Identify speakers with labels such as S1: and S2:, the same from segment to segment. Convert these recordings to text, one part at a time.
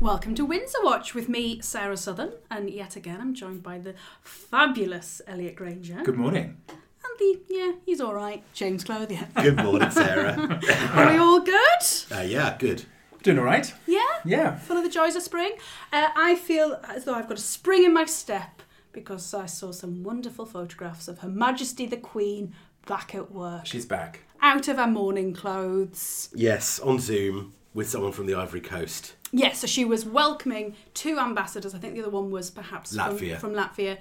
S1: Welcome to Windsor Watch with me, Sarah Southern, and yet again I'm joined by the fabulous Elliot Granger
S2: Good morning.
S1: and the yeah, he's all right, James Clothier.
S3: Good morning, Sarah.
S1: Are we all good?
S3: uh, yeah, good.
S2: Doing all right?
S1: Yeah,
S2: Yeah.
S1: full of the joys of spring. Uh, I feel as though I've got a spring in my step because I saw some wonderful photographs of Her Majesty the Queen back at work,
S2: She's back.
S1: out of her morning clothes.
S3: Yes, on Zoom with someone from the Ivory Coast.
S1: Yes, so she was welcoming two ambassadors. I think the other one was perhaps from-
S3: Latvia.
S1: From, Latvia.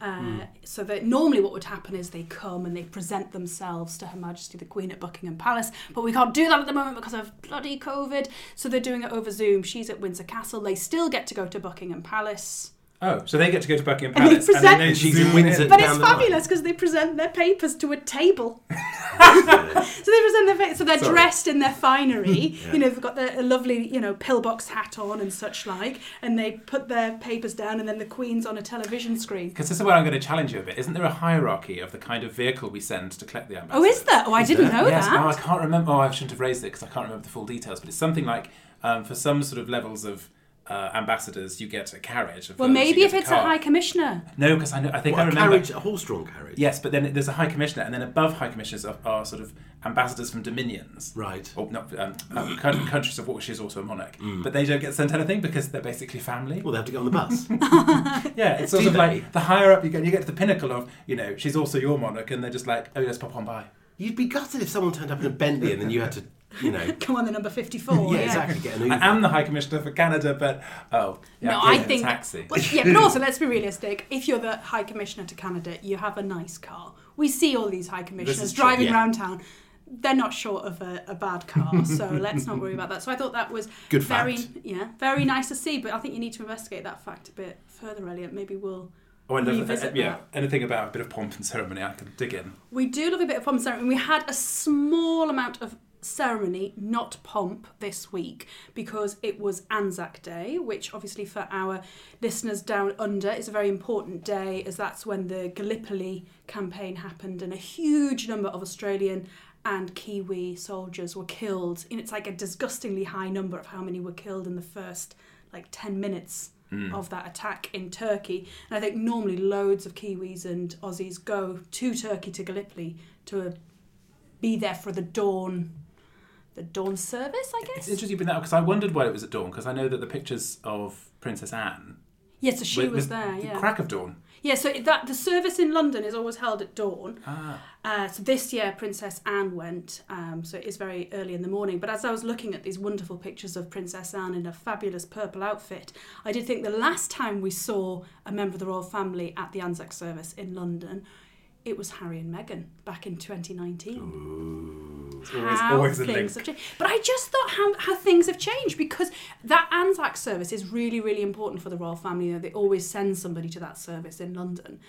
S1: Uh, So that normally what would happen is they come and they present themselves to Her Majesty the Queen at Buckingham Palace, but we can't do that at the moment because of bloody COVID. So they're doing it over Zoom. She's at Windsor Castle. They still get to go to Buckingham Palace.
S2: Oh, so they get to go to Buckingham
S1: And they
S2: Palace and, then
S1: present-
S2: they
S3: She's
S2: zoom
S3: in Windsor.
S1: But
S3: Down
S1: it's
S3: the line.
S1: fabulous because they present their papers to a table.
S3: Uh,
S1: So they present their fa- so they're
S2: Sorry.
S1: dressed in their finery. You know, they've got their a lovely, you know, pillbox hat on and such like, and they put their papers down, and then the Queen's on a television screen.
S2: Because this is where I'm going to challenge you a bit. Isn't there a hierarchy of the kind of vehicle we send to collect the
S1: Oh,
S2: ambassadors?
S1: is there? Oh, I didn't know
S2: yes.
S1: that.
S2: Oh, I can't remember. Oh, I shouldn't have raised it because I can't remember the full details. But it's something like um, for some sort of levels of uh, ambassadors, you get a carriage.
S1: well, maybe if it's a,
S2: car.
S1: high commissioner.
S2: No, because I know. I think I
S3: a
S2: remember.
S3: carriage, a horse-drawn carriage.
S2: Yes, but then there's a high commissioner, and then above high commissioners are, are sort of ambassadors from dominions.
S3: Right.
S2: Or not um, um, coun- countries of which she is also a monarch, but they don't get sent anything because they're basically family.
S3: Well, they have to get on the bus.
S2: Yeah, it's sort
S3: Do
S2: of
S3: they?
S2: like the higher up you get, you get to the pinnacle of you know she's also your monarch, and they're just like, oh, let's pop on by.
S3: You'd be gutted if someone turned up in a Bentley and then you had to, you know.
S1: Come on, the number fifty-four.
S3: yeah, exactly. Get an Uber.
S2: I am the high commissioner for Canada, but oh, yeah,
S1: no,
S2: I'm
S1: I
S2: getting a
S1: think.
S2: taxi.
S1: Well, yeah, but also let's be realistic. If you're the High Commissioner to Canada, you have a nice car. We see all these High Commissioners
S2: is true,
S1: driving
S3: yeah.
S1: around town. They're not short of a, a bad car, so let's not worry about that. So I thought that was
S3: Good
S1: very,
S3: fact.
S1: yeah, very nice to see. But I think you need to investigate that fact a bit further, Elliot. Maybe we'll
S2: oh, I love
S1: revisit
S2: that. Yeah,
S1: that.
S2: anything about a bit of pomp and ceremony, I can dig in.
S1: We do love a bit of pomp and ceremony. We had a small amount of ceremony, not pomp, this week because it was Anzac Day, which obviously for our listeners down under is a very important day, as that's when the Gallipoli campaign happened and a huge number of Australian and Kiwi soldiers were killed. And it's like a disgustingly high number of how many were killed in the first like 10 minutes of that attack in Turkey. And I think normally loads of Kiwis and Aussies go to Turkey to Gallipoli to uh, be there for the dawn, the dawn service, I
S2: It's
S1: guess.
S2: interesting you bring that up because I wondered why it was at dawn because I know that the pictures of Princess Anne.
S1: yeah, so she
S2: with-
S1: was
S2: with
S1: there.
S2: the
S1: Yeah,
S2: Crack of dawn.
S1: yeah. So that the service in London is always held at dawn.
S2: Ah.
S1: Uh, so this year, Princess Anne went, um, so it is very early in the morning. But as I was looking at these wonderful pictures of Princess Anne in a fabulous purple outfit, I did think the last time we saw a member of the royal family at the Anzac service in London, it was Harry and Meghan back in 2019.
S2: always-
S1: How
S2: always a
S1: things
S2: link.
S1: have changed. But I just thought how, how things have changed because that Anzac service is really, really important for the royal family. You know, they always send somebody to that service in London.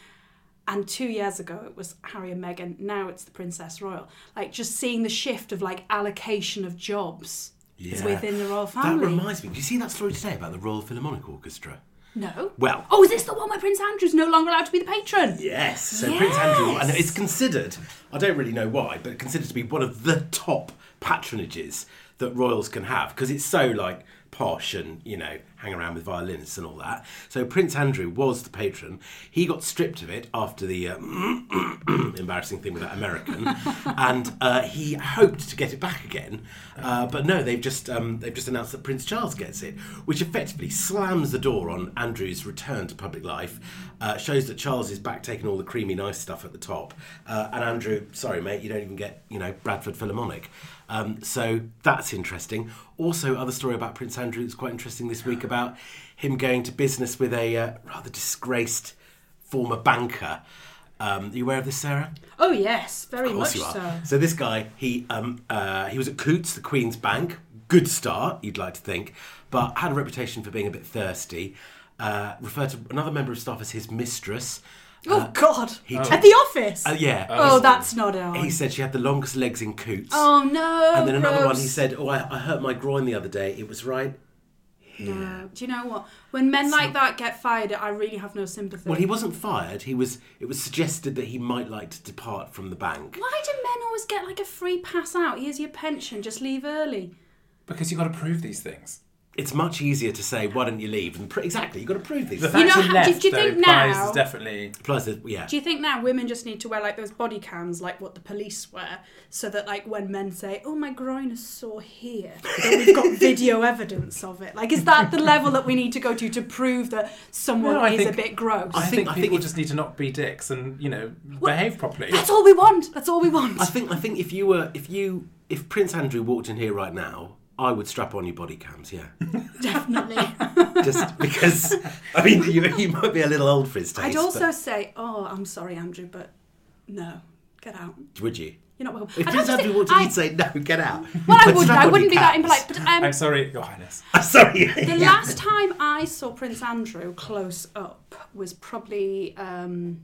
S1: And two years ago, it was Harry and Meghan. Now it's the Princess Royal. Like just seeing the shift of like allocation of jobs
S3: Yeah.
S1: within the royal
S3: That
S1: family.
S3: reminds me. Did you see that story today about the Royal Philharmonic Orchestra?
S1: no.
S3: Well,
S1: Oh, is this the one where Prince Andrew's no longer allowed to be the patron?
S3: Yes. So Prince Andrew, and it's considered, I don't really know why, but considered to be one of the top patronages that royals can have because it's so like posh and, you know, hang around with violinists and all that. So Prince Andrew was the patron. He got stripped of it after the um, uh, embarrassing thing with that American and uh, he hoped to get it back again. Uh, but no, they've just um, they've just announced that Prince Charles gets it, which effectively slams the door on Andrew's return to public life. Uh, shows that Charles is back taking all the creamy nice stuff at the top, uh, and Andrew, sorry mate, you don't even get you know Bradford Philharmonic. Um, so that's interesting. Also, other story about Prince Andrew that's quite interesting this week about him going to business with a uh, rather disgraced former banker. Um, are you aware of this, Sarah?
S1: Oh, yes, very
S3: Of course
S1: much
S3: you are. Uh,
S1: so.
S3: this guy, he um, uh, he was at Coots, the Queen's Bank. Good start, you'd like to think, but had a reputation for being a bit thirsty. Uh, referred to another member of staff as his mistress.
S1: Oh, God.
S3: he
S1: At
S3: took-
S1: the office?
S3: Uh, yeah.
S1: oh, that's not on.
S3: He said she had the longest legs in Coots.
S1: Oh no!
S3: and then another one,
S1: gross.
S3: he said, "Oh, I, I hurt my groin the other day. It was right."
S1: No. Uh, Do you know what? When men like that get fired, I really have no sympathy.
S3: Well, he wasn't fired. He was. It was suggested that he might like to depart from the bank.
S1: Why do men always get like a free pass out? Here's your pension, just leave early.
S2: Because you've got to prove these things.
S3: it's much easier to say, why don't you leave? And pr- exactly, you've got to prove these
S2: The
S3: things.
S2: fact
S1: know
S2: he
S1: how-
S2: left,
S1: did you
S2: though,
S1: think
S2: implies
S1: now-
S2: there's definitely
S3: Plus, there's- yeah.
S1: Do you think now women just need to wear like those body cams, like what the police wear, so that like when men say, "Oh, my groin is sore here," that we've got video evidence of it? Like, is that the level that we need to go to to prove that someone
S2: No, I
S1: is a
S2: think-
S1: bit gross?
S2: I
S3: I
S2: think,
S3: think- I think
S2: people
S3: if-
S2: just need to not be dicks and you know behave properly.
S1: That's all we want. That's all we want.
S3: I think I think if you were if you if Prince Andrew walked in here right now, I would strap on your body cams, yeah.
S1: Definitely.
S3: Just because I mean you, you might be a little old for his taste.
S1: I'd also
S3: but
S1: say, "Oh, I'm sorry, Andrew, but no, get out.
S3: would you?
S1: You're not welcome."
S3: If
S1: I'd
S3: Prince
S1: have to
S3: Andrew
S1: say-
S3: walked in,
S1: I-
S3: he'd say, No, get out.
S1: Well, I
S3: But
S1: wouldn't.
S3: strap
S1: I
S3: on
S1: wouldn't
S3: your
S1: be that
S3: cams.
S1: impolite. But um,
S2: I'm sorry, Your Highness.
S3: I'm sorry.
S1: The
S3: Yeah.
S1: last time I saw Prince Andrew close up was probably, um,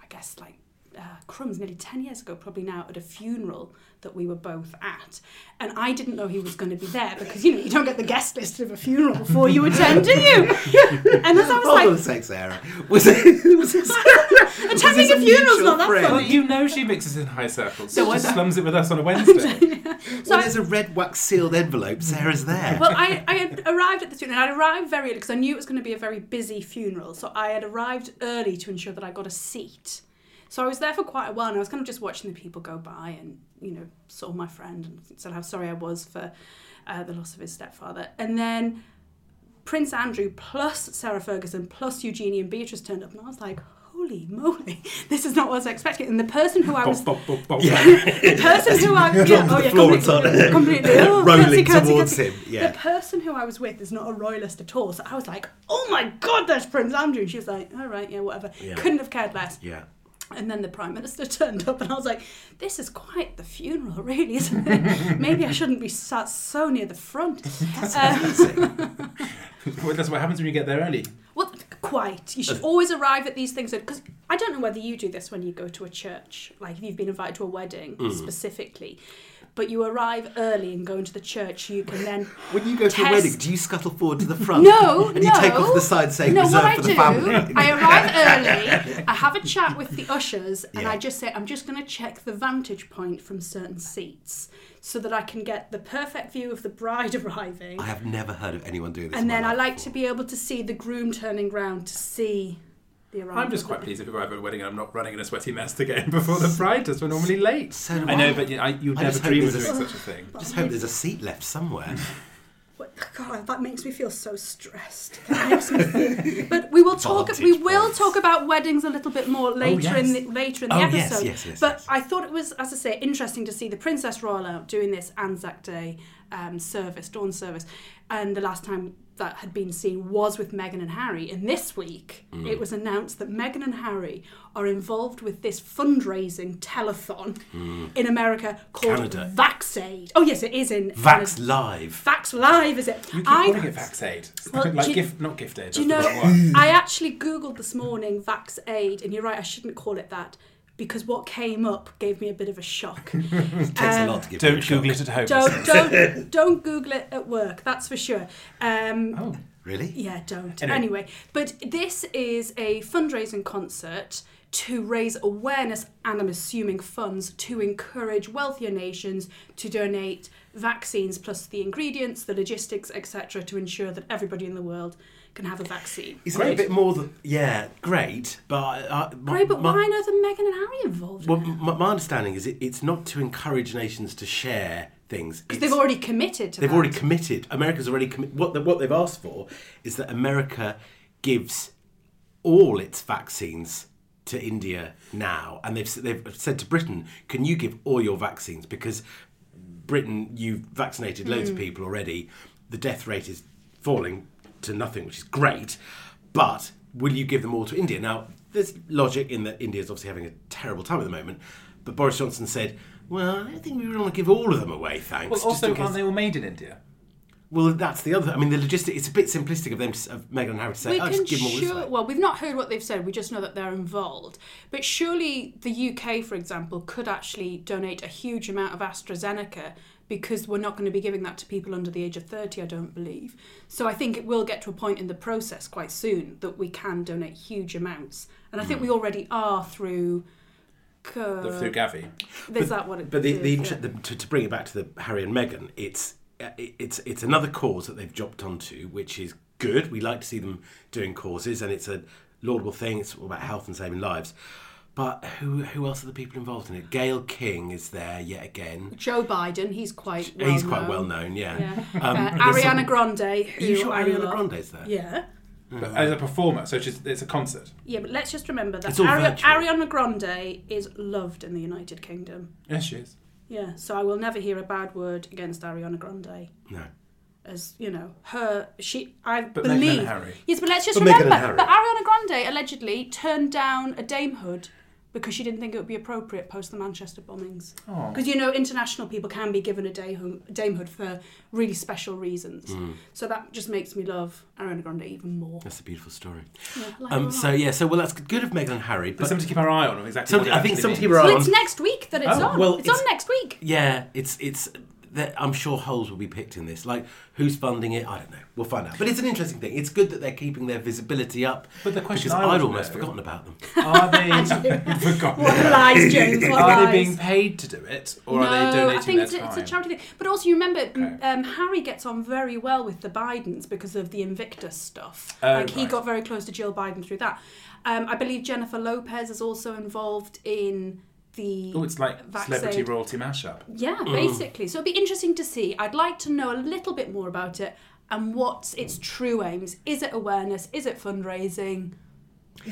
S1: I guess, like uh, crumbs, nearly 10 years ago, probably now, at a funeral that we were both at. And I didn't know he was going to be there because, you know, you don't get the guest list of a funeral before you attend, do you? and as I was
S3: Hold on a
S1: like,
S3: sec, Sarah. Was it? Was it Sarah?
S1: attending a funeral's not that
S2: Well,
S1: funny.
S2: you know she mixes in high circles. She
S3: No, I
S2: just
S3: know.
S2: slums it with us on a Wednesday.
S1: So
S3: So
S1: I-
S3: there's a red wax sealed envelope. Sarah's there.
S1: Well, I, I had arrived at the funeral, and I arrived very early because I knew it was going to be a very busy funeral. So I had arrived early to ensure that I got a seat. So I was there for quite a while, and I was kind of just watching the people go by, and you know, saw my friend and said how sorry I was for uh, the loss of his stepfather. And then Prince Andrew plus Sarah Ferguson plus Eugenie and Beatrice turned up, and I was like. Holy moly! This is not what I was expecting. And the person who I was,
S2: Bop, bop, bop, bop.
S1: the person who I,
S3: Drop
S1: yeah,
S3: to
S1: oh
S3: the
S1: yeah,
S3: floor
S1: completely,
S3: and start
S1: completely. Oh,
S3: rolling
S1: curtsy, curtsy,
S3: towards
S1: curtsy.
S3: him, yeah.
S1: The person who I was with is not a royalist at all, so I was like, "Oh my god, there's Prince Andrew." And she was like, "All right, yeah, whatever."
S3: Yeah.
S1: Couldn't have cared less.
S3: yeah.
S1: And then the prime minister turned up, and I was like, "This is quite the funeral, really, isn't it? Maybe I shouldn't be sat so near the front." Um,
S2: Well, that's what happens when you get there early.
S1: well, quite. You should always arrive at these things because I don't know whether you do this when you go to a church, like if you've been invited to a wedding specifically, but you arrive early and go into the church. You can then
S3: When you go to a
S1: test-
S3: wedding, do you scuttle forward to the front?
S1: No,
S3: And you take
S1: no.
S3: off the side saying
S1: No, what
S3: reserved
S1: I
S3: for
S1: do,
S3: the family.
S1: I arrive early, I have a chat with the ushers, and
S3: Yeah.
S1: I just say, I'm just going to check the vantage point from certain seats so that I can get the perfect view of the bride arriving.
S3: I have never heard of anyone doing this. in
S1: and
S3: my
S1: then I
S3: life
S1: like to
S3: before.
S1: be able to see the groom turning round to see the arrival.
S2: I'm just
S1: of
S2: quite
S1: the-
S2: pleased if we arrive at a wedding and I'm not running in a sweaty mess to get in before the bride does. We're normally late.
S3: So do
S2: I know,
S3: I.
S2: but you, I, you'd
S3: I
S2: never
S3: just hope
S2: dream of doing
S3: there's a-
S2: such a thing.
S3: Just hope there's a seat left somewhere.
S1: What- God, that makes me feel so stressed. That makes me feel- but we will talk. we
S3: Vantage
S1: will
S3: points.
S1: talk about weddings a little bit more later in
S2: yes.
S1: the, later in the
S3: Oh, yes,
S1: episode.
S3: yes, yes,
S1: but
S3: yes.
S1: I thought it was, as I say, interesting to see the Princess Royal out doing this Anzac Day um, service, dawn service, and the last time that had been seen was with Meghan and Harry. And this week,
S3: Mm.
S1: it was announced that Meghan and Harry are involved with this fundraising telethon in America called
S3: Mm. Canada.
S1: VaxAid. Oh yes, it is in
S3: Vax
S1: Canada.
S3: Live.
S1: Vax Live, is it?
S2: You keep
S1: I-
S2: calling it Vax Aid.
S1: Well,
S2: like
S1: do you-
S2: gift, not gift aid.
S1: do you know,
S2: that's the wrong one.
S1: I actually Googled this morning Vax Aid, and you're right, I shouldn't call it that because what came up gave me a bit of a shock.
S3: It takes a lot to give you a
S2: Don't
S3: shock.
S2: Google it at home.
S1: don't, don't, don't Google it at work, that's for sure. Um,
S2: Oh.
S3: Really?
S1: Yeah, don't.
S2: Anyway.
S1: Anyway. but this is a fundraising concert to raise awareness and I'm assuming funds to encourage wealthier nations to donate vaccines plus the ingredients, the logistics, etc., to ensure that everybody in the world can have a vaccine.
S3: Isn't it a
S2: Great.
S3: bit more than. Yeah, great. But. I, I, my,
S1: Right, but
S3: my,
S1: why are the Meghan and Harry involved?
S3: Well, my, my understanding is it, it's not to encourage nations to share things.
S1: Because
S3: It's-
S1: they've already committed to
S3: They've
S1: that.
S3: already committed. America's already committed. What, they- what they've asked for is that America gives all its vaccines to India now, and they've s- they've said to Britain, "Can you give all your vaccines?" Because Britain, you've vaccinated loads
S2: Hmm.
S3: of people already. The death rate is falling to nothing, which is great. But will you give them all to India? Now, there's logic in that India's obviously having a terrible time at the moment. But Boris Johnson said, "Well, I don't think we really want to give all of them away, thanks."
S2: Well,
S3: just in
S2: also,
S3: case-
S2: aren't they all made in India?
S3: well, that's the other. I mean, the logistic. It's a bit simplistic of them, to- of Meghan and Harry to say,
S1: We
S3: "Oh,
S1: can
S3: just give them all this
S1: sure,
S3: way."
S1: well, we've not heard what they've said. We just know that they're involved. But surely the UK, for example, could actually donate a huge amount of AstraZeneca because we're not going to be giving that to people under the age of 30, I don't believe. So I think it will get to a point in the process quite soon that we can donate huge amounts. And I think
S3: Hmm.
S1: we already are through. Co-
S2: Through Gavi.
S1: is that what it
S3: But the, the,
S1: is?
S3: inter-
S1: Yeah.
S3: the to, to bring it back to the Harry and Meghan, it's uh, it- it's it's another cause that they've jumped onto, which is good. We like to see them doing causes, and it's a laudable thing. It's all about health and saving lives. But who who else are the people involved in it? Gail King is there yet again.
S1: Joe Biden, he's quite well
S3: He's quite
S1: known.
S3: well known, yeah.
S1: Yeah.
S3: Um,
S1: Uh,
S3: there's some-
S1: Ariana Grande. Who
S3: Are you sure
S1: I
S3: Ariana
S1: love.
S3: Grande's there?
S1: Yeah.
S2: But as a performer, so she's, it's a concert.
S1: Yeah, but let's just remember that
S3: It's all
S1: Ari-
S3: virtual.
S1: Ariana Grande is loved in the United Kingdom.
S2: Yes, she is.
S1: Yeah, so I will never hear a bad word against Ariana Grande.
S3: No.
S1: As you know, her she I
S2: But Meghan and
S1: believe
S2: Harry.
S1: yes, but let's just
S3: But Meghan
S1: remember
S3: and Harry.
S1: that Ariana Grande allegedly turned down a damehood because she didn't think it would be appropriate post the Manchester bombings.
S2: Oh.
S1: Because you know, international people can be given a dayho- damehood for really special reasons.
S3: Hmm.
S1: So that just makes me love Ariana Grande even more.
S3: That's a beautiful story.
S1: Yeah, I like her a
S3: Um,
S1: lot.
S3: so yeah, so well, that's good of Meghan and Harry,
S2: But
S3: but
S2: something to keep our eye on of exactly.
S3: Some-
S2: what it
S3: I think
S2: actually
S3: some
S2: means.
S3: people are-
S1: Well, it's next week that it's
S2: Oh,
S1: on.
S3: well,
S1: it's, on
S3: it's-
S1: next week.
S3: yeah, it's it's that I'm sure holes will be picked in this. Like who's funding it? I don't know. We'll find out. But it's an interesting thing. It's good that they're keeping their visibility up.
S2: But the question
S3: because
S2: I want
S3: I'd
S2: to
S3: almost
S2: know-
S3: forgotten about them.
S2: Are they? Forgotten.
S1: What lies, James? What
S2: Are
S1: lies?
S2: they being paid to do it, or
S1: no,
S2: are they donating
S1: I think
S2: their
S1: it's, a-
S2: time?
S1: it's a charity thing. But also, you remember, m
S2: Okay.
S1: um, Harry gets on very well with the Bidens because of the Invictus stuff.
S2: Oh,
S1: like he
S2: right.
S1: got very close to Jill Biden through that. Um, I believe Jennifer Lopez is also involved in the.
S2: Oh, it's like Mm.
S1: vaccine.
S2: celebrity royalty mashup.
S1: Yeah, basically. So it'd be interesting to see. I'd like to know a little bit more about it and what's its true aims. Is it awareness? Is it fundraising?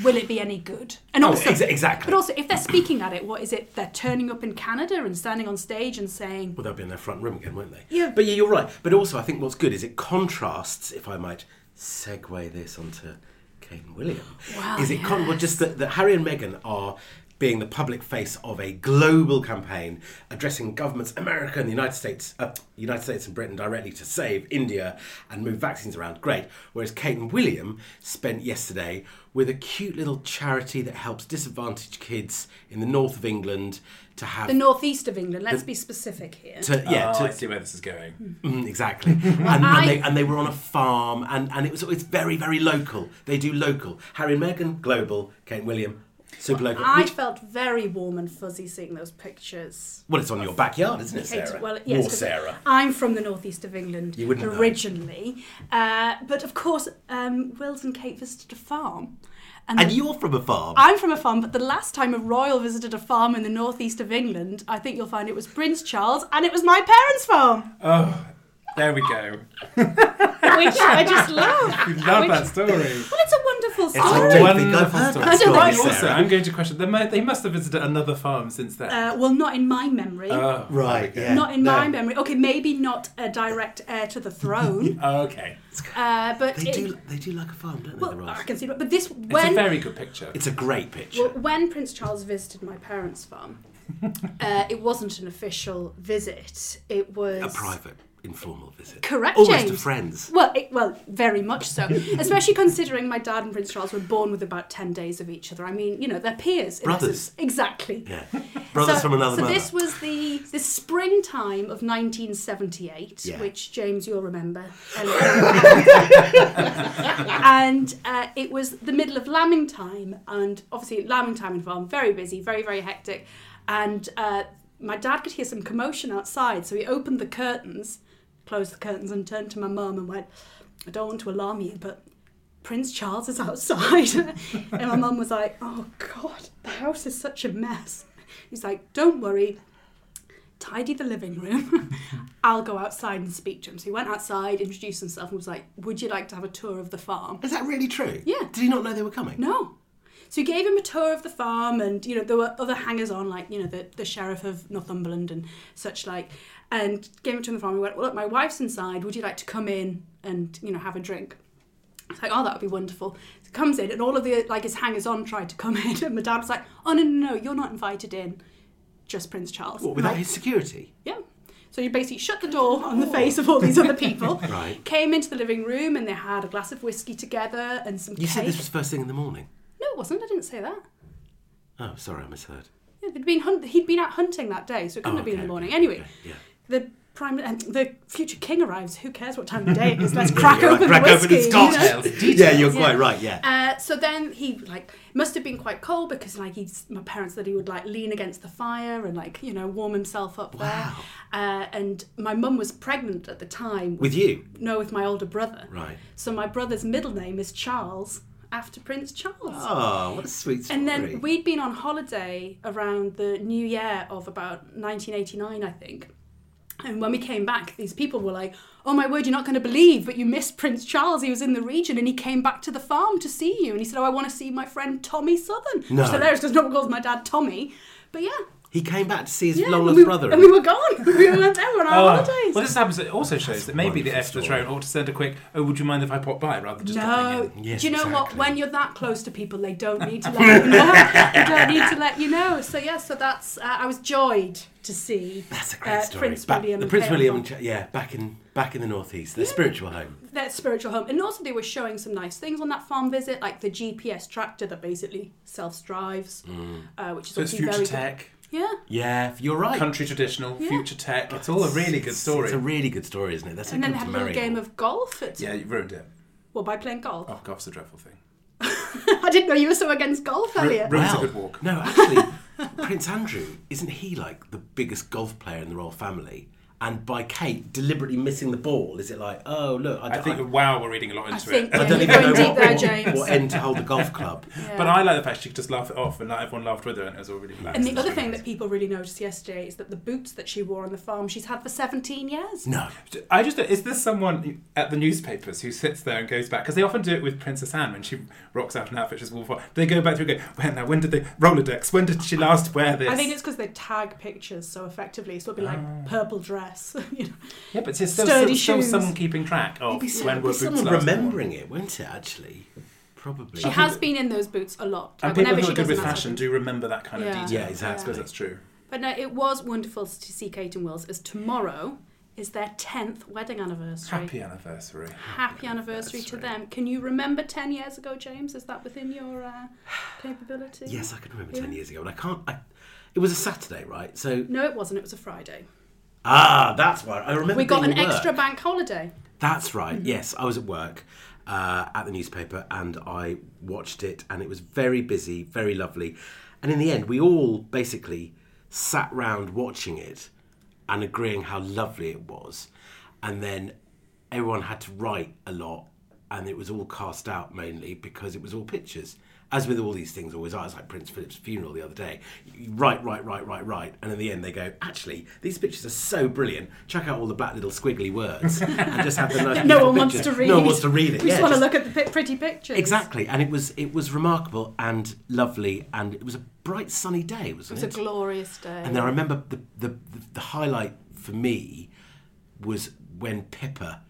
S1: Will it be any good? And
S3: Oh,
S1: also,
S3: exa- exactly.
S1: But also, if they're speaking at it, what is it? They're turning up in Canada and standing on stage and saying,
S3: Well, they'll be in their front room again, won't they?
S1: Yeah.
S3: But yeah, you're right. But also, I think what's good is it contrasts, if I might segue this onto Kate and William.
S1: Wow,
S3: Is it con- well, just that, that Harry and Meghan are being the public face of a global campaign addressing governments, America and the United States, uh, United States and Britain directly to save India and move vaccines around. Great. Whereas Kate and William spent yesterday with a cute little charity that helps disadvantaged kids in the north of England to have
S1: the northeast of England. Let's be specific here.
S3: to, yeah,
S2: oh,
S3: to,
S2: I see where this is
S1: Hmm.
S2: going.
S3: Mm, exactly. and,
S1: I-
S3: and, they, and they were on a farm, and, and it was it's very, very local. They do local. Harry and Meghan, global. Kate and William, super local.
S1: I
S3: Which-
S1: felt very warm and fuzzy seeing those pictures.
S3: well, it's on your backyard, isn't it,
S1: Kate-
S3: Sarah?
S1: well, yes,
S3: More
S1: 'cause
S3: Sarah.
S1: I'm from the northeast of England
S3: You wouldn't know.
S1: originally, uh, but of course, um, Wills and Kate visited a farm,
S3: And
S1: the-
S3: you're from a farm.
S1: I'm from a farm, but the last time a royal visited a farm in the northeast of England, I think you'll find it was Prince Charles, and it was my parents' farm,
S2: Oh, There we go.
S1: which I just love.
S2: You love
S1: Which-
S2: that story.
S1: Well, it's a wonderful
S3: I
S1: story.
S3: don't
S2: One
S3: think I've heard
S2: story.
S3: that
S1: story,
S2: I
S1: Sarah.
S2: also, I'm going to question. They, mu- they must have visited another farm since then.
S1: Uh, well, not in my memory.
S2: oh,
S3: Right, yeah.
S1: not in
S3: no.
S1: my memory. Okay, maybe not a direct heir to the throne,
S2: oh, okay. It's,
S1: uh, but
S3: They
S1: it-
S3: do, they do like a farm, don't they, the
S1: well,
S3: Royals?
S1: I can see. But this when
S2: a very good picture.
S3: It's a great picture.
S1: Well, when Prince Charles visited my parents' farm, uh, it wasn't an official visit. It was
S3: a private, informal visit.
S1: Correct,
S3: Almost to
S1: James.
S3: friends.
S1: Well, it, well, very much so. Especially considering my dad and Prince Charles were born with about ten days of each other. I mean, you know, they're peers. in
S3: Brothers.
S1: essence. Exactly.
S3: Yeah. Brothers
S1: so,
S3: from another
S1: So
S3: mother.
S1: this was the the springtime of 1978,
S3: Yeah.
S1: which James you'll remember. and uh, it was the middle of lambing time, and obviously lambing time in farm very busy, very very hectic, and uh, my dad could hear some commotion outside, so he opened the curtains, closed the curtains, and turned to my mum and went, "I don't want to alarm you, but." Prince Charles is outside. and my mum was like, Oh God, the house is such a mess. He's like, Don't worry, tidy the living room. I'll go outside and speak to him. So he went outside, introduced himself, and was like, Would you like to have a tour of the farm?
S3: Is that really true?
S1: Yeah.
S3: Did he not know they were coming?
S1: No. So he gave him a tour of the farm, and you know there were other hangers on, like you know the, the sheriff of Northumberland and such like, and gave him to the farm. He went, well, look, my wife's inside. Would you like to come in and you know have a drink? It's like, oh, that would be wonderful. So comes in, and all of the like his hangers on tried to come in, and my dad was like, oh no no no, you're not invited in, just Prince Charles.
S3: What, without his security?
S1: Yeah. So you basically shut the door on the face of all these other people.
S3: Right.
S1: Came into the living room and they had a glass of whiskey together and some
S3: You
S1: cake.
S3: said this was first thing in the morning.
S1: No, it wasn't. I didn't say that.
S3: Oh, sorry, I misheard.
S1: Yeah, they'd been hunt- he'd been out hunting that day, so it couldn't
S3: Oh,
S1: have been in
S3: okay,
S1: the morning.
S3: okay,
S1: Anyway,
S3: okay, yeah.
S1: the prime and the future king arrives. Who cares what time of day it is? Let's crack
S3: You're
S1: open
S3: like,
S1: the
S3: crack open
S1: whiskey.
S3: his
S1: you know?
S3: cocktails. Yeah, you're quite right. Yeah.
S1: Uh, so then he like must have been quite cold because like he's my parents said he would like lean against the fire and like you know warm himself up
S3: Wow.
S1: there. Uh, and my mum was pregnant at the time.
S3: With you,
S1: no, with my older brother.
S3: right?
S1: So my brother's middle name is Charles after Prince Charles.
S3: Oh, what a sweet story.
S1: And then we'd been on holiday around the new year of about 1989, I think. And when we came back, these people were like, Oh my word, you're not going to believe, but you missed Prince Charles. He was in the region and he came back to the farm to see you. And he said, Oh, I want to see my friend Tommy Southern.
S3: No.
S1: So there's because no one calls my dad Tommy. But yeah.
S3: he came back to see his
S1: yeah
S3: long
S1: and
S3: lost
S1: we,
S3: brother.
S1: And we were gone. we weren't there on our
S2: Oh,
S1: holidays.
S2: well, this happens. It also shows that maybe the
S3: wonderful
S2: extra
S3: story.
S2: train ought to send a quick. Oh, would you mind if I pop by rather than just dropping
S1: no,
S2: in?
S3: Yes,
S1: do you know what?
S3: exactly.
S1: When you're that close to people, they don't need to let you know. they don't need to let you know. So yeah, so that's uh, I was joyed to see
S3: That's a great
S1: uh,
S3: story.
S1: Prince
S3: Back-
S1: William,
S3: the Prince
S1: Pale
S3: William,
S1: Hall,
S3: and Ch- yeah, back in back in the northeast, their spiritual home.
S1: their spiritual home, and also they were showing some nice things on that farm visit, like the GPS tractor that basically self drives,
S3: Mm.
S1: uh, which is
S2: So it's
S1: obviously
S2: future
S1: very
S2: tech,
S1: Good. Yeah,
S3: Yeah, you're right.
S2: country traditional,
S1: Yeah.
S2: future tech. It's all a really good story.
S3: It's a really good story, isn't it? That's
S1: and
S3: a
S1: then
S3: good
S1: they had a
S3: to
S1: little
S3: marry
S1: game
S3: on.
S1: of golf. At,
S2: yeah, you ruined it.
S1: Well, by playing golf.
S2: Oh, golf's a dreadful thing.
S3: Oh.
S1: I didn't know you were so against golf earlier.
S2: Ru- Ruins a good walk.
S3: No, actually, Prince Andrew isn't he like the biggest golf player in the royal family? And by Kate deliberately missing the ball, is it like, oh look, I,
S2: I
S3: don't-
S2: think
S3: I-
S2: wow, we're reading a lot into
S1: think,
S2: it.
S3: I
S1: yeah.
S3: don't
S1: You're
S3: even
S1: going
S3: know
S1: deep
S3: what,
S1: there,
S3: what,
S1: James.
S3: what end to hold the golf club.
S1: Yeah.
S2: But I like the fact she could just laugh it off, and like, everyone laughed with her, and it was all really relaxed.
S1: And the
S2: It was
S1: other
S2: really
S1: thing
S2: nice.
S1: that people really noticed yesterday is that the boots that she wore on the farm she's had for 17 years.
S3: No,
S2: I just is there someone at the newspapers who sits there and goes back because they often do it with Princess Anne when she rocks out an outfit she's worn before. They go back through and go, when now when did they Rolodex? When did she last wear this?
S1: I think it's because they tag pictures so effectively. So it'll be like purple dress. you know.
S2: yeah, but it's still,
S1: sturdy
S2: still, still
S1: shoes.
S2: someone keeping track of
S3: maybe, so,
S2: when
S3: maybe
S2: were boots
S3: someone
S2: last worn.
S3: remembering it, won't it? Actually, probably.
S1: She has been in those boots a lot.
S2: And
S1: Like
S2: people
S1: whenever
S2: who
S1: she
S2: are good
S1: does
S2: with
S1: an
S2: fashion
S1: outfit.
S2: do remember that kind
S1: Yeah.
S2: of detail.
S3: Yeah,
S2: I
S3: exactly.
S2: suppose that's true.
S1: But no, it was wonderful to see Kate and Wills as tomorrow is their 10th wedding anniversary.
S2: Happy anniversary.
S1: Happy anniversary to them. Can you remember 10 years ago, James? Is that within your uh, capability?
S3: Yes, I can remember ten
S1: Yeah.
S3: years ago, and I can't. I, it was a Saturday, right? So
S1: No, it wasn't. It was a Friday.
S3: ah, that's why I remember.
S1: We got
S3: being
S1: an
S3: at work.
S1: extra bank holiday.
S3: That's right. Yes, I was at work uh, at the newspaper and I watched it, and it was very busy, very lovely. And in the end, we all basically sat round watching it and agreeing how lovely it was. And then everyone had to write a lot, and it was all cast out mainly because it was all pictures. As with all these things, always I was like Prince Philip's funeral the other day. You write, write, write, write, write, and in the end they go, actually, these pictures are so brilliant. Chuck out all the black little squiggly words and just have the nice.
S1: No
S3: beautiful
S1: one wants to
S3: pictures.
S1: read.
S3: No one wants to read it.
S1: We
S3: yeah,
S1: just want to
S3: just-
S1: look at the pi- pretty pictures.
S3: Exactly, and it was it was remarkable and lovely, and it was a bright sunny day, wasn't
S1: It was a glorious day.
S3: and then I remember the, the, the, the highlight for me was when Pippa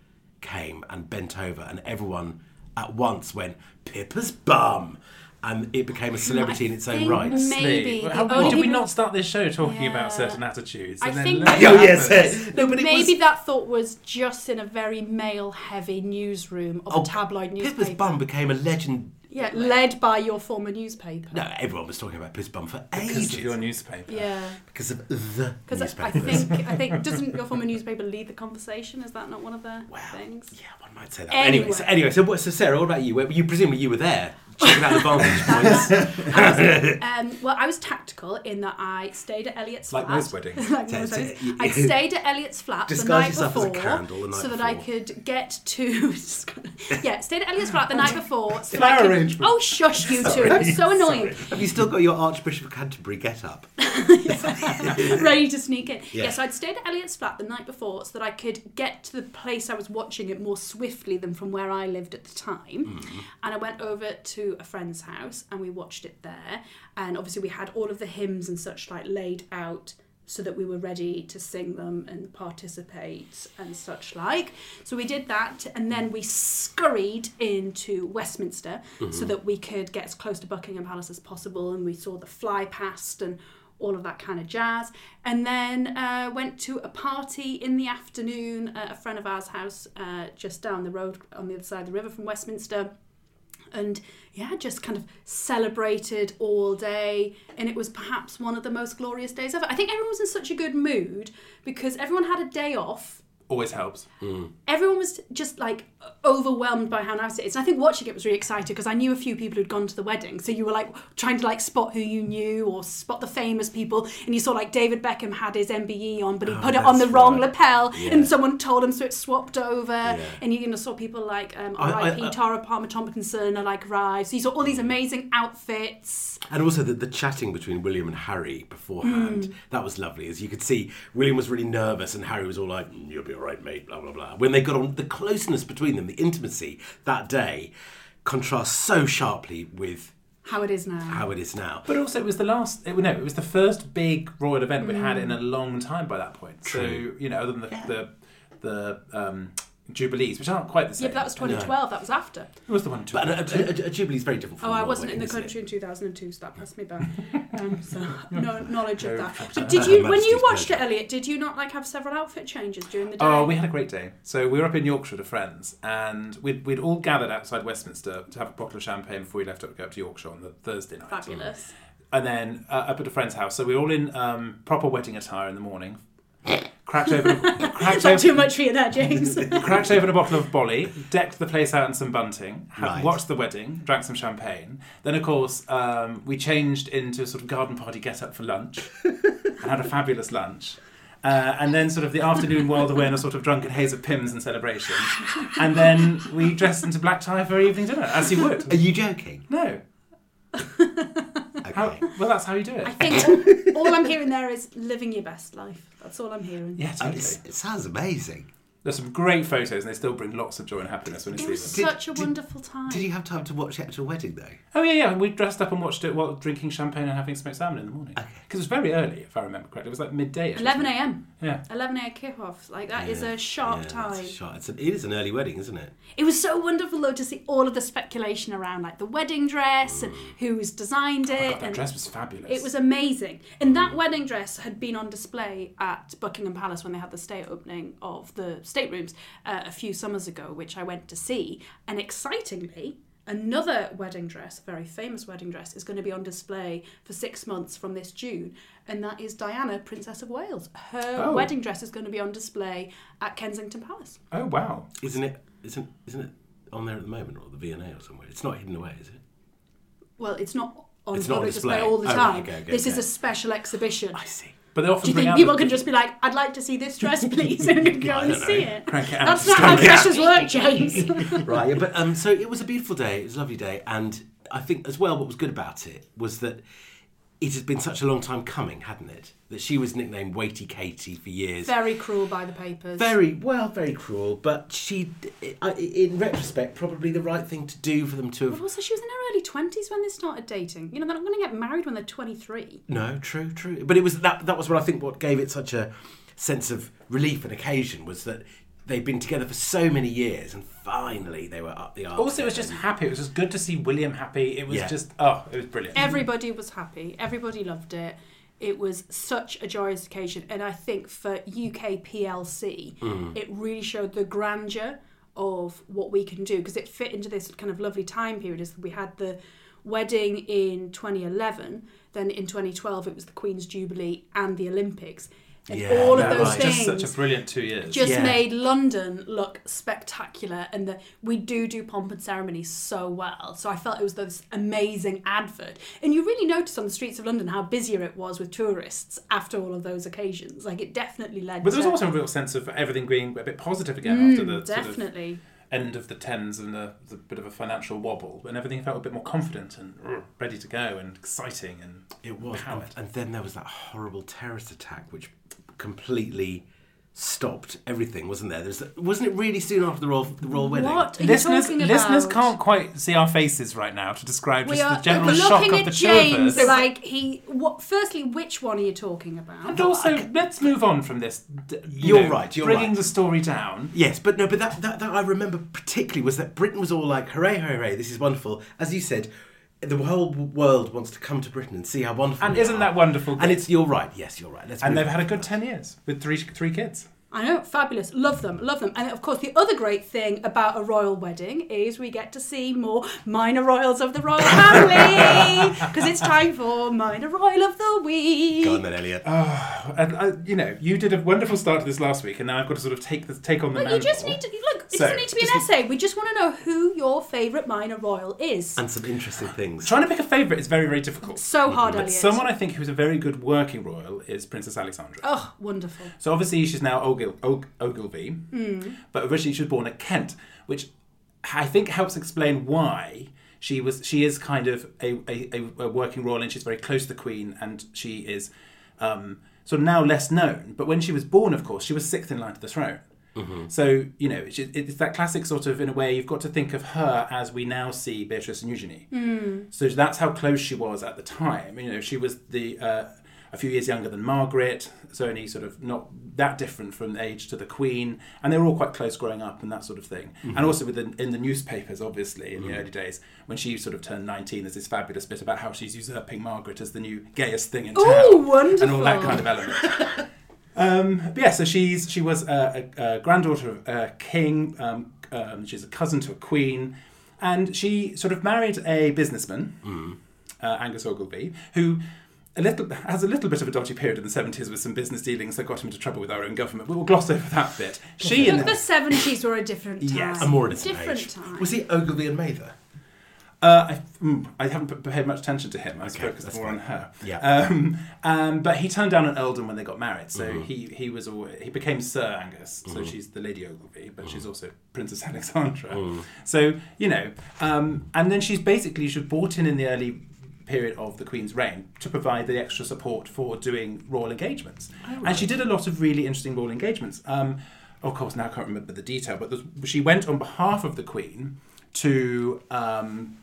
S3: came and bent over, and everyone at once went, Pippa's bum! And it became a celebrity in its own
S1: think
S3: right.
S1: ma- Maybe
S2: Well,
S1: the
S2: how,
S1: only
S2: did we
S1: people-
S2: not start this show talking
S1: Yeah.
S2: about certain attitudes?
S1: I
S2: And then
S1: think-
S2: look what
S1: Oh,
S3: yes,
S2: happens.
S3: yes. No, but it
S1: Maybe
S3: was-
S1: that thought was just in a very male heavy newsroom of
S3: Oh,
S1: a tabloid newspaper.
S3: Pippa's bum became a legend.
S1: Yeah, led by your former newspaper.
S3: No, everyone was talking about Pippa's bum for
S2: Because of your
S3: ages.
S2: newspaper.
S1: Yeah.
S3: Because of the
S1: Because I, I
S3: newspapers.
S1: think I think doesn't your former newspaper lead the conversation? Is that not one of their
S3: Wow.
S1: things?
S3: Yeah, one might say that. Anyway, anyway,
S1: Anyway.
S3: so, anyway, so, what, so Sarah, what about you? Were- You presumably you were there. Checking out the vantage points.
S1: Um, well, I was tactical in that I stayed at Elliot's
S2: Like
S1: flat.
S2: most weddings.
S1: like
S3: Yeah,
S1: most
S3: so-
S1: weddings. I stayed at Elliot's flat the
S3: Disguise
S1: night
S3: yourself as
S1: before
S3: a candle the night
S1: so that I
S3: before.
S1: could get to. yeah, stayed at Elliot's
S3: Oh,
S1: flat the night before. So
S2: Flower
S1: that I could,
S2: arrangement.
S1: Oh, shush, you two! It was so annoying.
S3: Have you still got your Archbishop of Canterbury get up?
S1: ready to sneak in. Yes,
S3: Yeah.
S1: I'd stayed at Elliot's flat the night before so that I could get to the place I was watching it more swiftly than from where I lived at the time. And I went over to a friend's house and we watched it there. And obviously, we had all of the hymns and such like laid out so that we were ready to sing them and participate and such like. So we did that and then we scurried into Westminster so that we could get as close to Buckingham Palace as possible and we saw the fly past and all of that kind of jazz. And then uh, went to a party in the afternoon at a friend of ours' house uh, just down the road on the other side of the river from Westminster. and yeah, just kind of celebrated all day. And it was perhaps one of the most glorious days ever. I think everyone was in such a good mood because everyone had a day off.
S2: Always helps.
S1: Everyone was just like overwhelmed by how nice it is. And I think watching it was really exciting because I knew a few people who'd gone to the wedding. So you were like trying to like spot who you knew or spot the famous people. And you saw like David Beckham had his MBE on, but he put it on the
S3: Oh, that's
S1: wrong
S3: right.
S1: lapel
S3: Yeah.
S1: and someone told him so it swapped over. And you, you know, saw people like um,
S3: I-
S1: RIP
S3: I-
S1: Tara Palmer Tomkinson are like arrived. So you saw all these amazing outfits.
S3: And also the, the chatting between William and Harry beforehand,
S1: Hmm.
S3: that was lovely. As you could see, William was really nervous and Harry was all like, "Mm, you'll be all right, mate, blah, blah, blah. When they got on, the closeness between them, the intimacy that day contrasts so sharply with
S1: How it is now.
S3: how it is now.
S2: But also, it was the last. It, no, it was the first big royal event we had
S1: Mm.
S2: in a long time by that point.
S3: True.
S2: So you know, other than the the, the um, jubilees, which aren't quite the
S1: yeah,
S2: same.
S1: but that was 2012. That was after.
S2: It was the one.
S3: But uh, a, a, a, a jubilee is very different from
S1: Oh, I
S3: Norway,
S1: wasn't in the
S3: isn't it?
S1: country in 2002, so that passed me by. Um, so no knowledge of
S2: No
S1: that.
S2: facts
S1: But
S2: about
S1: did
S3: that.
S1: you,
S3: Her
S1: when you
S3: Majesty's
S1: watched it,
S3: pleasure.
S1: Elliot, did you not like have several outfit changes during the day?
S3: uh,
S2: Oh, we had a great day. So we were up in Yorkshire with friends, and we'd, we'd all gathered outside Westminster to have a bottle of champagne before we left up to go up to Yorkshire on the Thursday night.
S1: Fabulous.
S2: And then uh, up at a friend's house. So we were all in um, proper wedding attire in the morning. cracked open, cracked
S1: It's not too
S2: open,
S1: much for you there, James.
S2: cracked open a bottle of Bolly, decked the place out in some bunting, had,
S3: Right.
S2: watched the wedding, drank some champagne. Then, of course, um, we changed into a sort of garden party get up for lunch and had a fabulous lunch. Uh, and then, sort of, the afternoon whirled away in a sort of drunken haze of pims and celebrations. And then we dressed into black tie for evening dinner, as you
S3: Are
S2: would.
S3: you joking?
S2: No.
S3: Okay.
S2: How, well, that's how you do it.
S1: I think all I'm hearing there is living your best life. That's all I'm hearing.
S2: Yeah,
S3: Oh,
S2: totally.
S3: it's- it sounds amazing.
S2: There's some great photos, and they still bring lots of joy and happiness when
S1: It
S2: you see
S1: was
S2: them.
S3: Did-
S1: such a
S3: did-
S1: wonderful time.
S3: Did you have time to watch the actual wedding though?
S2: Oh yeah, yeah. We dressed up and watched it while drinking champagne and having smoked salmon in the morning. Because it was very early, if I remember correctly. It was like midday.
S1: 11 a.m.
S2: Yeah.
S1: 11 a.m. kickoff. Like that is a sharp
S3: Yeah, that's
S1: time.
S3: a sharp- It's an, it is an early wedding, isn't it?
S1: It was so wonderful though to see all of the speculation around like the wedding dress and who's designed it.
S2: Oh, God, that
S1: and
S2: dress was fabulous.
S1: it was amazing. And that wedding dress had been on display at Buckingham Palace when they had the state opening of the staterooms uh, a few summers ago, which I went to see. And excitingly, another wedding dress, a very famous wedding dress, is going to be on display for six months from this June. And that is Diana, Princess of Wales. Her
S2: Oh.
S1: wedding dress is going to be on display at Kensington Palace.
S2: Oh wow.
S3: Isn't it? Isn't isn't it on there at the moment, or the V&A or somewhere? It's not hidden away, is it?
S1: Well, it's not on
S3: It's not
S1: public
S3: on
S1: display.
S3: display.
S1: all the
S3: Oh,
S1: time.
S3: okay, okay,
S1: this is
S3: okay.
S1: a special exhibition.
S3: I see.
S2: But they often
S1: Do you
S2: bring
S1: think
S2: out
S1: people
S2: the,
S1: can just be like, "I'd like to see this dress, please," and go
S3: I
S1: and
S3: don't know.
S1: see it?
S2: crank it out.
S1: That's not
S2: Just
S1: how
S2: crank it out.
S1: dresses work, James.
S3: right. yeah, But um, so it was a beautiful day. It was a lovely day, and I think as well, what was good about it was that it had been such a long time coming, hadn't it? That she was nicknamed Weighty Katie for years.
S1: Very cruel by the papers.
S3: Very well, very cruel, but she, I- in retrospect, probably the right thing to do for them to
S1: But
S3: have.
S1: also, she was in her early twenties when they started dating. You know, they're not going to get married when they're twenty-three.
S3: No, true, true. But it was that. That was what I think. What gave it such a sense of relief and occasion was that they'd been together for so many years, and finally they were up the arse.
S2: Also, it was just happy. It was just good to see William happy. It was
S3: Yeah.
S2: just oh, it was brilliant.
S1: Everybody was happy. Everybody loved it. It was such a joyous occasion, and I think for UK PLC,
S2: Mm.
S1: it really showed the grandeur of what we can do because it fit into this kind of lovely time period. Is we had the wedding in 2011, then in 2012 it was the Queen's Jubilee and the Olympics, and
S3: Yeah,
S1: all of
S2: that
S1: those
S2: was
S1: things
S2: just such a brilliant two years.
S1: just
S3: Yeah.
S1: made London look spectacular, and the, we do do pomp and ceremony so well. So I felt it was this amazing advert, and you really noticed on the streets of London how busier it was with tourists after all of those occasions. Like it definitely led.
S2: but there was
S1: to,
S2: also a real sense of everything being a bit positive again
S1: Mm,
S2: after the sort of
S1: definitely.
S2: end of the tens and the, the bit of a financial wobble, and everything felt a bit more confident and mm, ready to go and exciting and
S3: It was, and,
S2: Powered.
S3: and then there was that horrible terrorist attack, which completely stopped everything, wasn't there? there was, wasn't it really soon after the royal, the royal wedding?
S1: What are
S2: listeners,
S1: you talking about?
S2: listeners can't quite see our faces right now to describe
S1: We
S2: just
S1: are
S2: the general shock
S1: looking
S2: of
S1: at
S2: the
S1: James
S2: two of us.
S1: like he. What? Firstly, which one are you talking about?
S2: And also, let's move on from this. d- you
S3: You're
S2: know,
S3: right, you're
S2: bringing
S3: right.
S2: the story down.
S3: Yes, but no, but that, that that I remember particularly was that Britain was all like, "Hooray, hooray, hooray! This is wonderful." As you said, the whole world wants to come to Britain and see how wonderful.
S2: And
S3: we
S2: isn't
S3: are.
S2: that wonderful?
S3: And it's you're right. Yes, you're right. Let's
S2: And
S3: move
S2: they've had a
S3: on.
S2: good ten years with three three kids.
S1: I know, fabulous. Love them, love them. And of course, the other great thing about a royal wedding is we get to see more minor royals of the royal family because it's time for minor royal of the week.
S3: Go on then, Elliot.
S2: And, uh, you know, you did a wonderful start to this last week, and now I've got to sort of take the take on the.
S1: But you just
S2: mantle.
S1: need to look. It
S2: So,
S1: doesn't need to be an
S2: just-
S1: essay. We just want to know who your favourite minor royal is.
S3: and some interesting things.
S2: Trying to pick a favourite is very, very difficult.
S1: so hard, Elliot.
S2: Someone I think who's a very good working royal is Princess Alexandra.
S1: Oh, wonderful.
S2: So obviously she's now Ogil- Og- Ogilvy, but originally she was born at Kent, which I think helps explain why she was. She is kind of a, a, a- a working royal, and she's very close to the Queen, and she is um, sort of now less known. But when she was born, of course, she was sixth in line to the throne. So you know, it's, it's that classic sort of in a way you've got to think of her as we now see Beatrice and Eugenie. So that's how close she was at the time. You know, she was the uh, a few years younger than Margaret, so only sort of not that different from age to the Queen, and they were all quite close growing up and that sort of thing. And also with the, in the newspapers, obviously, in the early days when she sort of turned nineteen, there's this fabulous bit about how she's usurping Margaret as the new gayest thing in town, and all that
S1: wonderful.
S2: kind of element. Um, but yeah, so she's she was a, a, a granddaughter of a king. Um, um, she's a cousin to a queen, and she sort of married a businessman,
S3: Hmm.
S2: uh, Angus Ogilvy, who a little has a little bit of a dodgy period in the seventies with some business dealings that got him into trouble with our own government. But we'll gloss over that bit. She
S1: Look,
S2: and
S1: the seventies were a different time.
S2: Yes.
S3: A more innocent
S1: different
S3: age.
S1: time.
S3: Was he Ogilvy and Mather?
S2: Uh, I, mm, I haven't p- paid much attention to him. I was
S3: Okay,
S2: focused
S3: that's
S2: more
S3: fine.
S2: on her.
S3: Yeah.
S2: Um, um, but he turned down an earldom when they got married, so he he was al- he became Sir Angus. So she's the Lady Ogilvy, but she's also Princess Alexandra. So you know, um, and then she's basically she was brought in in the early period of the Queen's reign to provide the extra support for doing royal engagements, and she did a lot of really interesting royal engagements. Um, of course, now I can't remember the detail, but there's- she went on behalf of the Queen to um,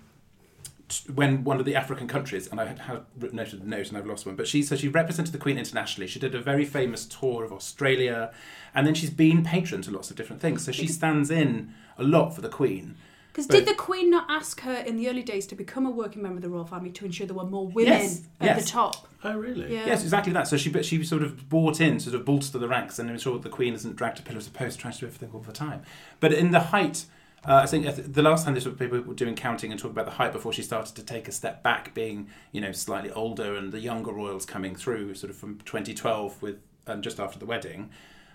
S2: t- when one of the African countries, and I had, had written- noted the note and I've lost one, but she so she represented the Queen internationally. She did a very famous tour of Australia, and then she's been patron to lots of different things. So she stands in a lot for the Queen.
S1: Because
S2: But-
S1: did the Queen not ask her in the early days to become a working member of the royal family to ensure there were more women
S2: Yes,
S1: at
S2: yes.
S1: the top?
S3: Oh, really?
S1: Yeah.
S2: Yes, exactly that. So she but she sort of bought in, sort of bolstered the ranks, and ensured the Queen isn't dragged to pillar to post trying to do everything all the time. But in the height. Uh, I think I th- the last time this was people were doing counting and talking about the height before she started to take a step back, being you know slightly older and the younger royals coming through, sort of from 2012 with um, just after the wedding.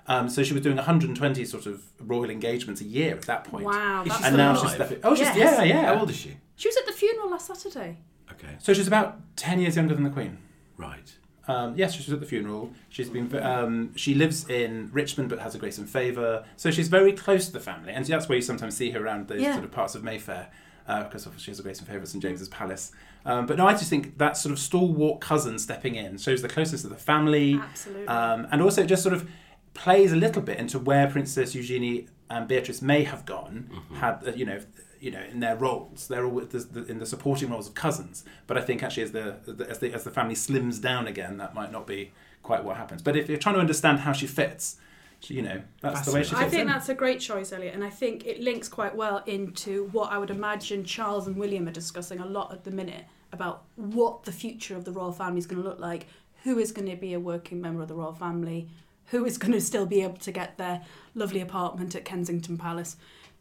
S2: Um, so she was doing 120 sort of royal engagements a year at that point.
S1: Wow,
S3: Is
S1: that's
S3: she
S2: And now
S3: alive?
S1: amazing.
S2: she's stepping. Oh, she's
S1: Yes.
S2: yeah, yeah.
S3: How old is she?
S1: she was at the funeral last Saturday.
S3: Okay.
S2: So she's about 10 years younger than the Queen.
S3: Right.
S2: Um, yes, she was at the funeral. She's been. Um, she lives in Richmond, but has a grace and favour. So she's very close to the family, and that's where you sometimes see her around those
S1: Yeah.
S2: sort of parts of Mayfair, uh, because obviously she has a grace and favour at St James's Palace. Um, but no, I just think that sort of stalwart cousin stepping in shows the closeness of the family,
S1: Absolutely.
S2: um, and also just sort of plays a little bit into where Princess Eugenie and Beatrice may have gone
S3: Mm-hmm.
S2: had uh, you know. You know, in their roles, they're all with the, the, in the supporting roles of cousins. But I think actually, as the, the as the as the family slims down again, that might not be quite what happens. But if you're trying to understand how she fits, so, you know, that's the way she fits
S1: I think
S2: in.
S1: that's a great choice, Elliot, and I think it links quite well into what I would imagine Charles and William are discussing a lot at the minute about what the future of the royal family is going to look like, who is going to be a working member of the royal family, who is going to still be able to get their lovely apartment at Kensington Palace,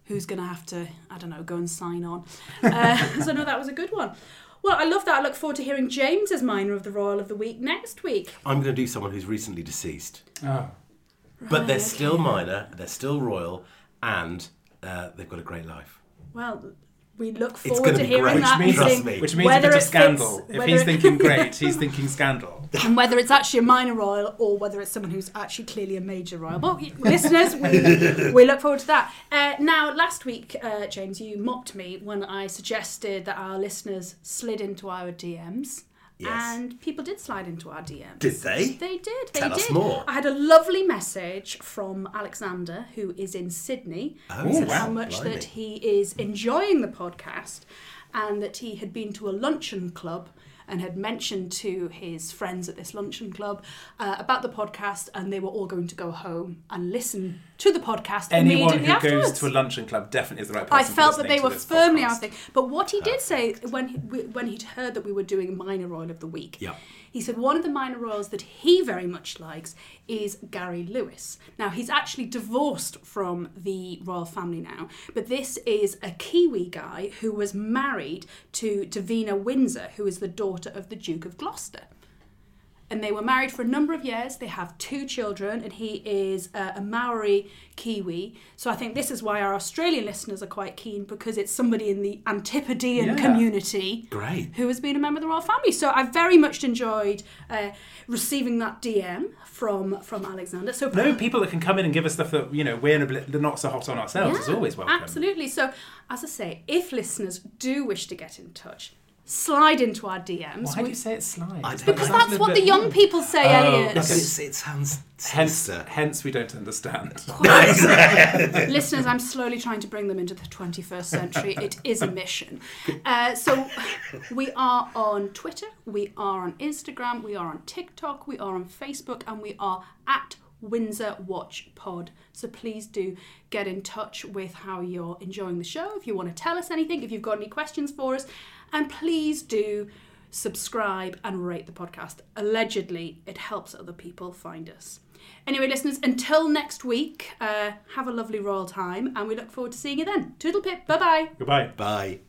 S1: who's going to have to, I don't know, go and sign on. Uh, so, no, that was a good one. Well, I love that. I look forward to hearing James's minor of the Royal of the Week next week.
S3: I'm going to do someone who's recently deceased,
S2: Oh.
S3: but they're
S1: Right,
S3: still minor, they're still royal, and uh, they've got a great life.
S1: Well, we look
S3: It's
S1: forward
S3: gonna
S1: to
S3: be
S1: hearing
S3: great.
S1: that.
S3: Which means-
S1: and
S3: Trust
S1: seeing
S3: me.
S2: Which means
S1: whether
S2: a bit of
S1: it
S2: scandal.
S1: fits-
S2: if
S1: whether
S2: he's
S1: it-
S2: thinking great, he's thinking scandal.
S1: and whether it's actually a minor royal or whether it's someone who's actually clearly a major royal. Well, y- listeners, we, we look forward to that. Uh, now, last week, uh, James, you mocked me when I suggested that our listeners slid into our DMs.
S3: Yes.
S1: And people did slide into our DMs.
S3: Did they?
S1: They did. They
S3: Tell
S1: did.
S3: us more.
S1: I had a lovely message from Alexander, who is in Sydney, who
S3: Oh,
S1: said
S3: wow.
S1: how much
S3: Blimey.
S1: that he is enjoying the podcast and that he had been to a luncheon club and had mentioned to his friends at this luncheon club uh, about the podcast, and they were all going to go home and listen to the podcast
S2: Anyone
S1: immediately
S2: who
S1: afterwards.
S2: goes to a luncheon club definitely is the right person.
S1: I
S2: for
S1: felt that
S2: listening
S1: they
S2: to
S1: were
S2: this
S1: firmly
S2: podcast.
S1: our thing. But what he did say when he, when he'd heard that we were doing minor royal of the week,
S3: Yeah.
S1: he said one of the minor royals that he very much likes is Gary Lewis. Now he's actually divorced from the royal family now, but this is a Kiwi guy who was married to Davina Windsor, who is the daughter of the Duke of Gloucester and they were married for a number of years. They have two children, and he is uh, a Maori Kiwi. So I think this is why our Australian listeners are quite keen because it's somebody in the Antipodean
S2: Yeah.
S1: community
S3: Great.
S1: who has been a member of the royal family. So I very much enjoyed uh, receiving that DM from from Alexander. So
S2: Knowing people that can come in and give us stuff that you know we're in a bit- not so hot on ourselves is
S1: Yeah,
S2: always welcome.
S1: Absolutely. So, as I say, if listeners do wish to get in touch, slide into our DMs.
S2: Why do
S1: We-
S2: you say it's slides?
S3: I don't
S2: That
S3: know.
S1: because
S2: sounds a
S1: that's
S2: little
S1: what
S2: bit-
S1: the young people
S2: Oh,
S1: say, Elliot.
S2: okay.
S3: It's- it sounds
S2: Hence,
S3: sinister.
S2: hence we don't understand.
S1: Listeners, I'm slowly trying to bring them into the 21st century. It is a mission. Uh, so we are on Twitter, we are on Instagram, we are on TikTok, we are on Facebook, and we are at Windsor Watch Pod. So please do get in touch with how you're enjoying the show, if you want to tell us anything, if you've got any questions for us, and please do subscribe and rate the podcast. Allegedly, it helps other people find us. Anyway, listeners, until next week, uh, have a lovely royal time and we look forward to seeing you then. Toodle pip, bye bye.
S2: Goodbye.
S3: Bye.